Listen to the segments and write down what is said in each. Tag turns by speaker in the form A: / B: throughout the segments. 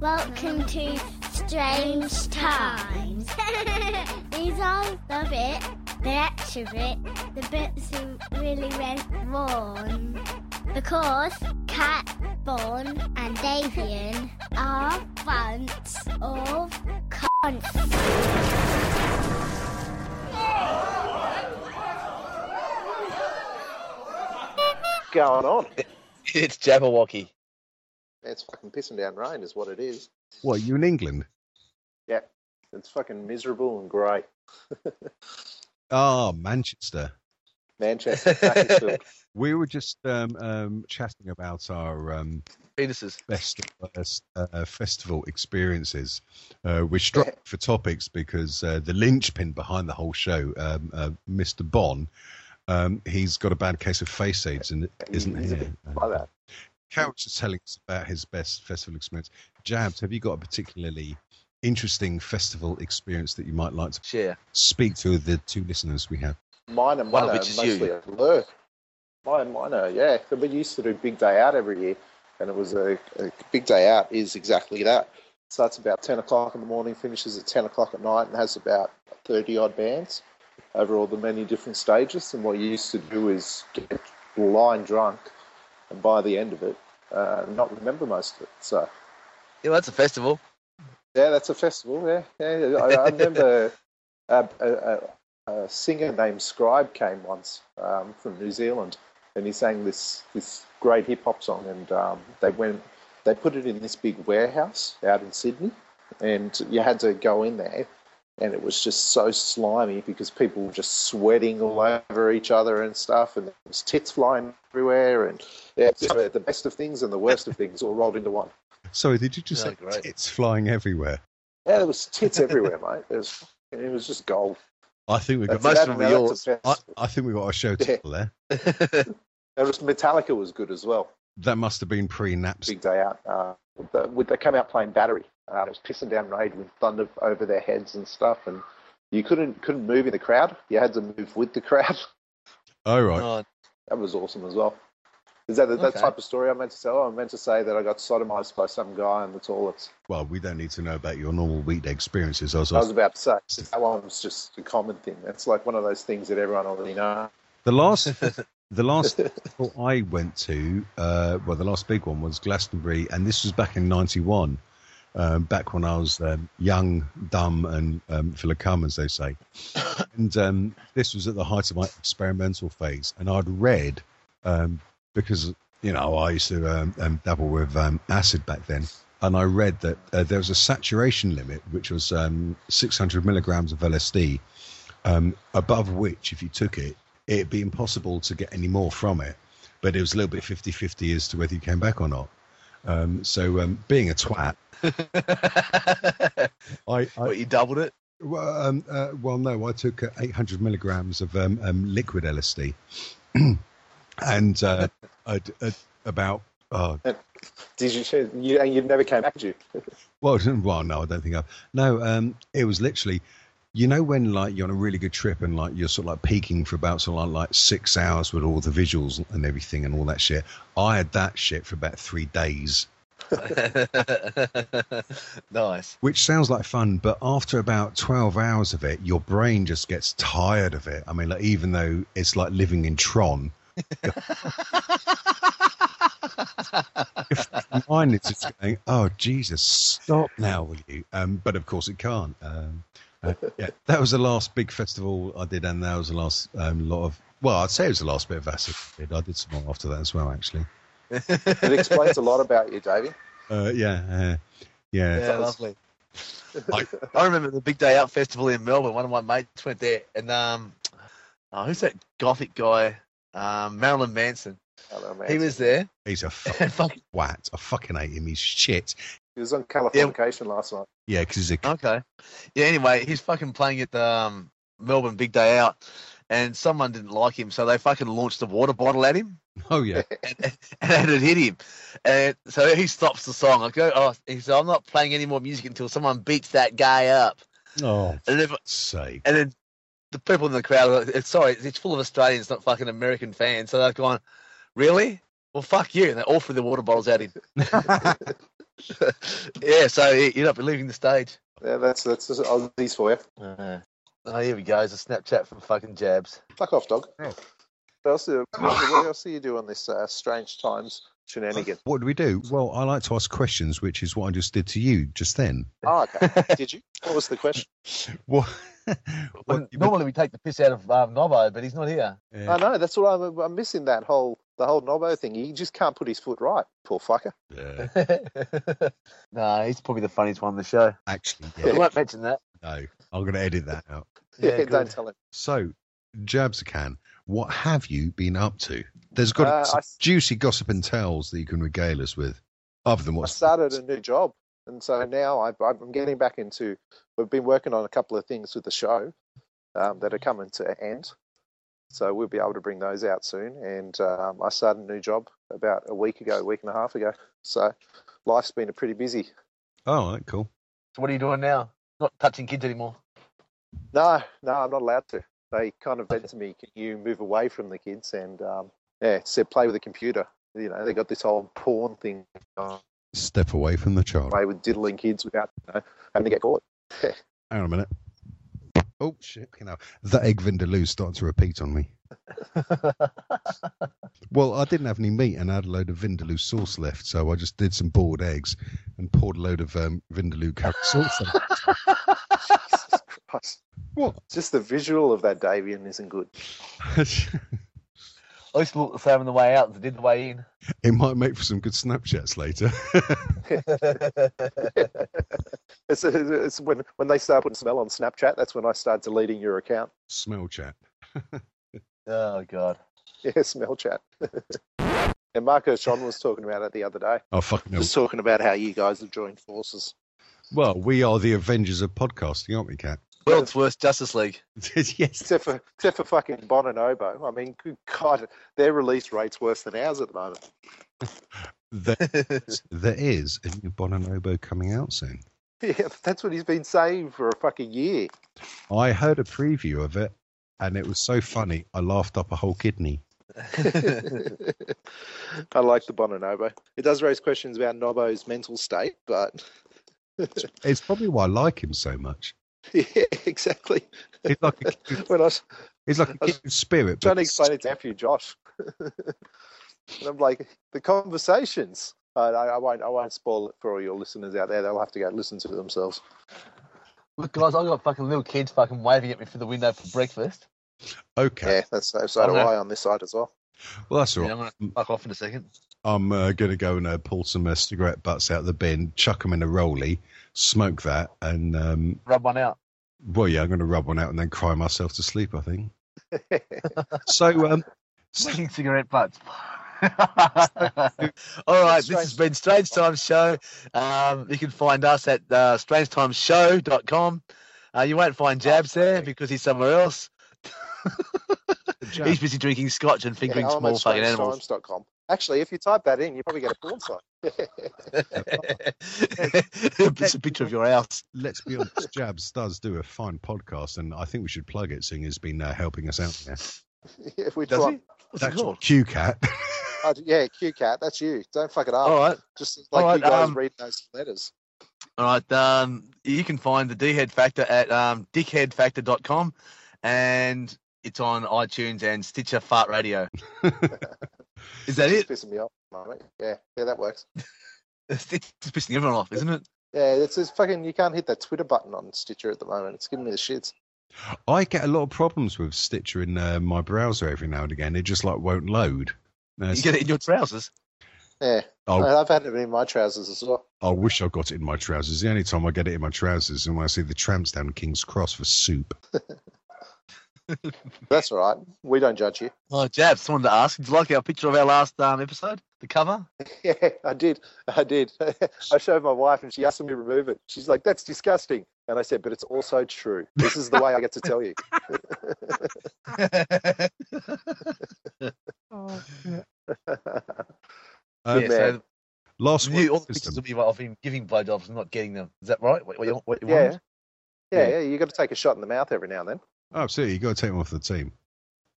A: Welcome to Strange Times. These are the bit, the extra bit, the bits who really went wrong. Because Cat, Bon, and Davian are bunts of cunts.
B: going on?
C: It's Jabberwocky.
B: It's fucking pissing down rain, is what it is.
D: What, you in England?
B: It's fucking miserable and grey.
D: Ah, Manchester.
B: Manchester, Bakersfield.
D: We were just um, um, chatting about our um,
C: Penises.
D: best worst, uh, festival experiences. Uh, we struck for topics because uh, the linchpin behind the whole show, um, uh, Mr. Bon, um, he's got a bad case of face aids and isn't Uh,
B: He's a
D: here.
B: bit like that.
D: Couch is telling us about his best festival experience. Jabs, have you got a particularly interesting festival experience that you might like to
C: Share.
D: speak to the two listeners we have?
B: Mine and
C: One
B: mine
C: of
B: are
C: which is
B: mostly
C: you.
B: a blur. Mine and mine are, yeah. 'Cause We used to do big day out every year, and it was a, a big day out is exactly that. Starts about 10 o'clock in the morning, finishes at 10 o'clock at night, and has about 30 odd bands over all the many different stages. And what you used to do is get blind drunk, and by the end of it, uh, not remember most of it. So.
C: Yeah, well, that's a festival.
B: Yeah, that's a festival. Yeah, yeah. yeah. I, I remember a, a, a, a singer named Scribe came once um, from New Zealand, and he sang this this great hip hop song. And um, they went, they put it in this big warehouse out in Sydney, and you had to go in there, and it was just so slimy because people were just sweating all over each other and stuff, and there was tits flying everywhere, and yeah, just the best of things and the worst of things all rolled into one.
D: Sorry, did you just
C: Oh,
D: say
C: great.
D: it's flying everywhere?
B: Yeah, there was tits everywhere, mate. It was, it was just gold.
D: I think we've got.
C: That's- most
B: that-
C: of them
B: now
C: are
B: that's a
D: I,
B: fest.
D: I think we got a show title there.
B: There was Metallica was good as well.
D: That must have been pre-naps.
B: Big day out. Uh, the- with- they came out playing Battery. Uh, it was pissing down rain with thunder over their heads and stuff, and you couldn't couldn't move in the crowd. You had to move with the crowd.
D: Oh right,
C: Oh,
B: That was awesome as well. Is that the, that
C: Okay.
B: type of story I meant to tell? I meant to say that I got sodomized by some guy in the toilets.
D: well we don't need to know about your normal weekday experiences. I was,
B: I was about to say that one was just a common thing. That's like one of those things that everyone already knows.
D: the last, the last festival I went to, uh, well, the last big one was Glastonbury, and this was back in '91, um, back when I was um, young, dumb, and um, full of cum, as they say. And um, this was at the height of my experimental phase, and I'd read um, because you know I used to um, um, dabble with um, acid back then, and I read that uh, there was a saturation limit, which was um, 600 milligrams of LSD, um, above which, if you took it, it'd be impossible to get any more from it. But it was a little bit 50 50 as to whether you came back or not. Um, so, um, being a twat, I, I
C: what, you doubled it?
D: well, um, uh, well, no, I took uh, 800 milligrams of um, um, liquid LSD, and uh, I'd, uh, about uh,
B: Did you, you? And you never came back, did you?
D: Well, well, no, I don't think I've. No, um, it was literally, you know, when like you're on a really good trip and like you're sort of like peaking for about sort of like, like six hours with all the visuals and everything and all that shit. I had that shit for about three days,
C: nice.
D: which sounds like fun, but after about 12 hours of it, your brain just gets tired of it. I mean, like, even though it's like living in Tron, mine is just going, oh, Jesus, stop now, will you? Um, but of course it can't. Um, uh, yeah, that was the last big festival I did, and that was the last um, lot of. Well, I'd say it was the last bit of acid I did. I did some more after that as well, actually.
B: It explains a lot about you, Davey.
D: Uh, yeah, uh, yeah,
C: Yeah, lovely. I, I remember the Big Day Out festival in Melbourne. One of my mates went there, and um, oh, who's that gothic guy? Um, Marilyn Manson.
B: Hello, Oh, man.
C: He was there.
D: He's a fucking
C: And fuck-
D: twat. I fucking hate him. He's shit.
B: He was on Californication last night.
D: Yeah, because he's a. c-
C: okay. Yeah. Anyway, he's fucking playing at the um, Melbourne Big Day Out, and someone didn't like him, so they fucking launched a water bottle at him.
D: Oh yeah.
C: and it hit him. And so he stops the song. I go, oh, he said, I'm not playing any more music until someone beats that guy up.
D: Oh,
C: And, if,
D: sake.
C: and then the people in the crowd, are like, it's sorry, it's full of Australians, not fucking American fans. So they're going, really? Well, fuck you. And they all threw the water bottles at him. yeah, so you're not leaving the stage.
B: Yeah, that's that's just Aussies for you.
C: Uh, oh, here we go. It's a Snapchat from fucking Jabs.
B: Fuck off, dog.
D: Yeah.
B: What else, do- what else do you do on this uh, strange times shenanigan?
D: What do we do? Well, I like to ask questions, which is what I just did to you just then.
B: Oh, okay. Did you? What was the question?
D: What?
C: Well,
D: what you
C: normally we take the piss out of um, Nobbo, but he's not here.
D: would-
B: I know. Oh, That's what I'm, I'm missing. That whole the whole Nobbo thing. He just can't put his foot right. Poor fucker.
D: Yeah,
C: no, he's probably the funniest one on the show.
D: actually,
C: We
D: yeah,
C: won't mention that.
D: no. I'm going to edit that out.
B: Yeah,
C: good.
B: don't tell him.
D: So, Jabsacan, what have you been up to? There's got to be
B: Uh,
D: some
B: I s-
D: juicy gossip and tales that you can regale us with, other than
B: I
D: what's
B: started a new job, and so now I, I'm getting back into. We've been working on a couple of things with the show um, that are coming to end, so we'll be able to bring those out soon. And um, I started a new job about a week ago, a week and a half ago. So life's been a pretty busy.
D: Oh, all right, cool.
C: So what are you doing now? Not touching kids anymore.
B: No, no, I'm not allowed to. They kind of said to me, "Can you move away from the kids?" And um, yeah, said play with the computer. You know, they got this whole porn thing going
D: Step away from the child.
B: away with diddling kids without you know, having to get caught.
D: Hang on a minute. Oh shit! You know that egg vindaloo's starting to repeat on me. Well, I didn't have any meat and I had a load of vindaloo sauce left, so I just did some boiled eggs and poured a load of um, vindaloo curry sauce. on it.
B: Jesus Christ.
D: What?
B: Just the visual of that Davian isn't good.
C: I used to look the same on the way out as I did the way in.
D: it might make for some good Snapchats later.
B: It's, it's when, when they start putting smell on Snapchat, that's when I start deleting your account.
D: Smell chat.
C: oh god.
B: Yeah, smell chat. and Marco Sean was talking about it the other day.
D: Oh fucking hell.
B: Just talking about how you guys have joined forces.
D: Well, we are the Avengers of podcasting, aren't we, Cat?
C: World's worst Justice League.
D: yes.
B: Except for, except for fucking Bon and Obo. I mean, good God, their release rate's worse than ours at the moment.
D: There is, there is a new Bonobo coming out soon.
B: Yeah, that's what he's been saying for a fucking year.
D: I heard a preview of it and it was so funny, I laughed up a whole kidney.
B: I like the Bonobo. It does raise questions about Nobbo's mental state, but
D: It's probably why I like him so much.
B: yeah, exactly.
D: He's like a kid,
B: When I was
D: he's like a kid in spirit.
B: trying to
D: but-
B: explain it to nephew Josh, and I'm like, the conversations. I, I I won't. I won't spoil it for all your listeners out there. They'll have to go listen to it themselves.
C: Look, guys, I got fucking little kids fucking waving at me through the window for breakfast.
D: Okay.
B: Yeah, that's so. So do
C: Okay.
B: I on this side as well.
D: Well, that's all
C: Yeah,
D: right.
C: I'm gonna fuck off in a second.
D: I'm uh, going to go and uh, pull some uh, cigarette butts out of the bin, chuck them in a rollie, smoke that, and, um,
C: Rub one out.
D: well, yeah, I'm going to rub one out and then cry myself to sleep, I think. so, um, so
C: Smoking cigarette butts. All right, this has been Strange Times Show. Um, you can find us at uh, strangetimesshow.com. Uh, you won't find Jabs there because he's somewhere else. He's busy drinking scotch and fingering
B: Yeah, I'm
C: small
B: at
C: fucking animals.
B: strangetimes.com. Actually, if you type that in, you probably get a porn site.
C: it's a picture of your house.
D: let's be honest, Jabs does do a fine podcast, and I think we should plug it, seeing he's been uh, helping us out there.
B: if we
C: Does
B: try,
C: he? What's it called?
D: Q Cat.
B: oh, yeah, QCat, that's you. Don't fuck it up.
C: All right.
B: Just
C: All
B: like
C: right,
B: you guys
C: um,
B: read those letters.
C: All right. Um, you can find the D Head Factor at um, dickheadfactor.com and it's on iTunes and Stitcher Fart Radio. Is that
B: It's
C: it?
B: pissing me off at the moment. Yeah, yeah, that works.
C: It's it's pissing everyone off, isn't it?
B: Yeah, it's, it's fucking. You can't hit that Twitter button on Stitcher at the moment. It's giving me the shits.
D: I get a lot of problems with Stitcher in uh, my browser every now and again. It just like won't load. Uh, And
C: You
D: it's-
C: get uh, it in your trousers.
B: Yeah,
D: Oh.
B: I- I've had it in my trousers as well.
D: I wish I got it in my trousers. The only time I get it in my trousers is when I see the tramps down King's Cross for soup.
B: That's all right. We don't judge you.
C: Oh, Jabs, wanted to ask, did you like our picture of our last um, episode? The cover?
B: Yeah, I did. I did. I showed my wife, and she asked me to remove it. She's like, "That's disgusting." And I said, "But it's also true. This is the way I get to tell you."
D: Um,
B: man.
C: yeah, so
D: Last
C: new, all
D: one,
C: the pictures will be of him giving blowjobs and not getting them. Is that right? What, what you, what you
B: Yeah.
C: want?
B: Yeah,
C: Yeah.
B: yeah. You got to take a shot in the mouth every now and then.
D: Oh, absolutely, you got to take them off the team.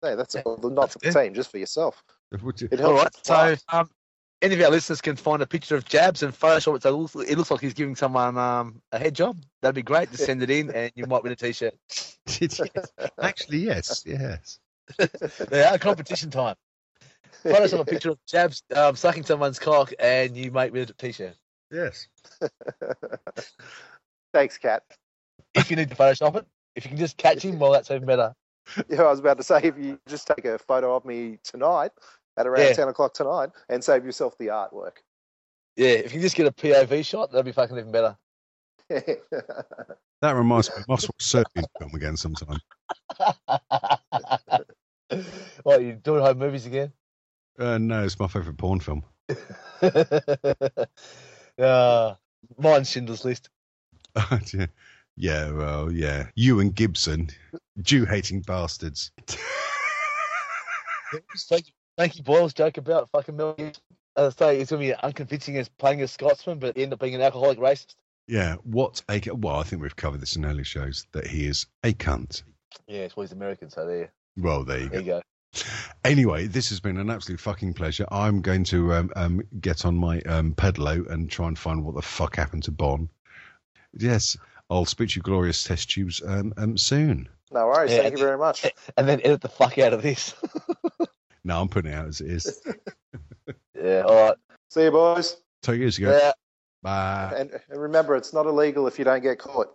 B: No, that's all. not for the team, just for yourself.
D: If we do-
B: It helps.
C: All right.
B: the class.
C: So um, any of our listeners can find a picture of Jabs and Photoshop it so it looks, it looks like he's giving someone um, a head job, that'd be great. Just send it in, and you might win a T-shirt.
D: Yes. Actually, yes, yes.
C: They are competition time. Photoshop a picture of Jabs um, sucking someone's cock, and you might win a T-shirt.
D: Yes.
B: Thanks, Kat.
C: If you need to Photoshop it, if you can just catch him, well, that's even better.
B: Yeah, I was about to say, if you just take a photo of me tonight at around
C: Yeah.
B: 10 o'clock tonight and save yourself the artwork.
C: Yeah, if you can just get a POV shot, that'd be fucking even better.
D: That reminds me, I must watch Serbian film again sometime.
C: what, you doing home movies again?
D: Uh, no, it's my favourite porn film.
C: uh, mine's Schindler's List.
D: yeah. yeah, well, yeah. You and Gibson, Jew hating bastards.
C: Frankie, Frankie Boyle's joke about fucking Mel Gibson. As I say, it's going to be unconvincing as playing a Scotsman, but end up being an alcoholic racist.
D: Yeah, what a c- well, I think we've covered this in earlier shows that he is a cunt.
C: Yeah, well, he's American, so there,
D: Well, there you
C: there you
D: go.
C: go.
D: Anyway, this has been an absolute fucking pleasure. I'm going to um, um, get on my um, pedalo and try and find what the fuck happened to Bon. Yes, I'll speak to you, glorious test tubes, um, um, soon.
B: no worries.
C: Yeah.
B: Thank you very much.
C: And then edit the fuck out of this.
D: No, I'm putting it out as it is.
C: yeah, all right. Uh,
B: See you, boys.
D: Two years ago.
C: Yeah.
D: Bye.
B: And and remember, it's not illegal if you don't get caught.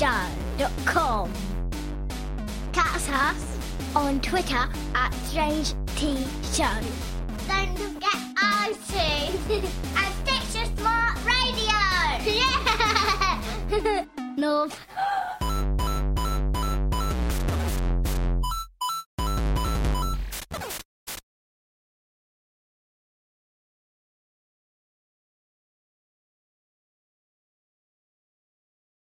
A: www.strangetimeshow.com. Catch us on Twitter at Strange T Show. Don't forget iTunes and Stitcher Smart Radio. Yeah! North